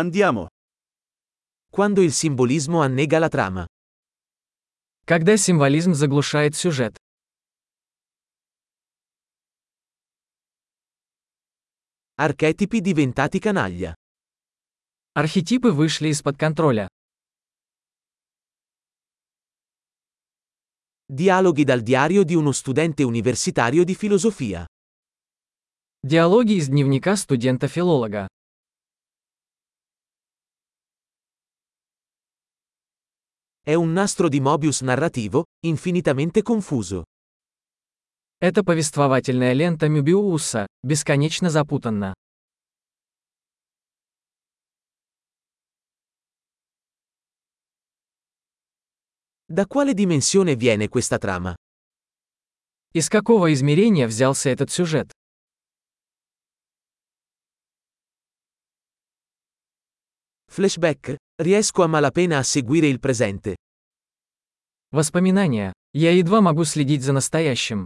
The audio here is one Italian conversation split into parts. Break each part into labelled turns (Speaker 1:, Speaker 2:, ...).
Speaker 1: Andiamo. Quando il simbolismo annega la trama.
Speaker 2: Когда символизм заглушает сюжет.
Speaker 1: Archetipi diventati canaglia.
Speaker 2: Архетипы вышли из-под контроля.
Speaker 1: Dialoghi dal diario di uno studente universitario di filosofia.
Speaker 2: Диалоги из дневника студента-филолога.
Speaker 1: È un nastro di Mobius narrativo, infinitamente confuso.
Speaker 2: Это повествовательная лента Мюбиуса, бесконечно запутанна.
Speaker 1: Da quale dimensione viene questa trama?
Speaker 2: Из какого измерения взялся этот сюжет?
Speaker 1: Flashback? Riesco a malapena a seguire il presente.
Speaker 2: Воспоминания. Я едва могу следить за настоящим.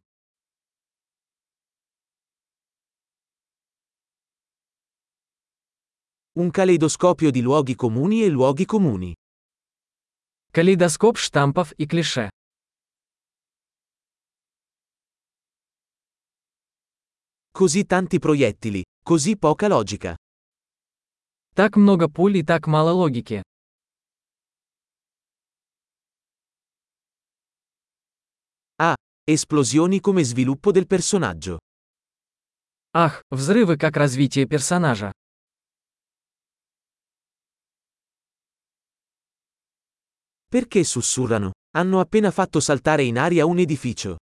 Speaker 1: Un caleidoscopio di luoghi comuni e luoghi comuni.
Speaker 2: Калейдоскоп штампов и клише.
Speaker 1: Così tanti proiettili, così poca logica.
Speaker 2: Так много пуль и так мало логики.
Speaker 1: Esplosioni come sviluppo del personaggio.
Speaker 2: Ах, взрывы как развитие персонажа.
Speaker 1: Perché sussurrano? Hanno appena fatto saltare in aria un edificio.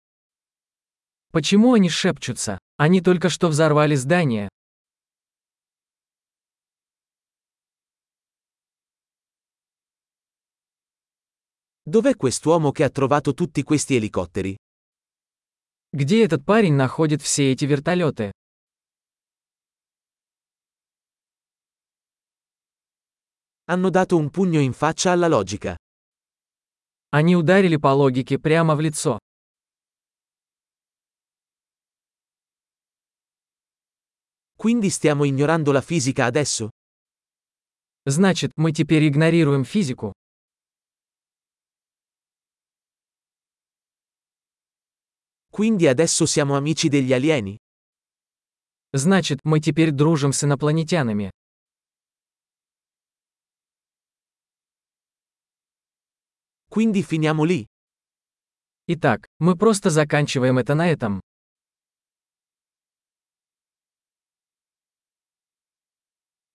Speaker 2: Почему они шепчутся? Они только что взорвали здание.
Speaker 1: Dov'è quest'uomo che ha trovato tutti questi elicotteri?
Speaker 2: Где этот парень находит все эти вертолеты?
Speaker 1: Hanno dato un pugno in faccia alla logica.
Speaker 2: Они ударили по логике прямо в лицо.
Speaker 1: Quindi stiamo ignorando la fisica adesso?
Speaker 2: Значит, мы теперь игнорируем физику.
Speaker 1: Quindi adesso siamo amici degli alieni?
Speaker 2: Значит, мы теперь дружим с инопланетянами.
Speaker 1: Quindi finiamo lì.
Speaker 2: Итак, мы просто заканчиваем это на этом.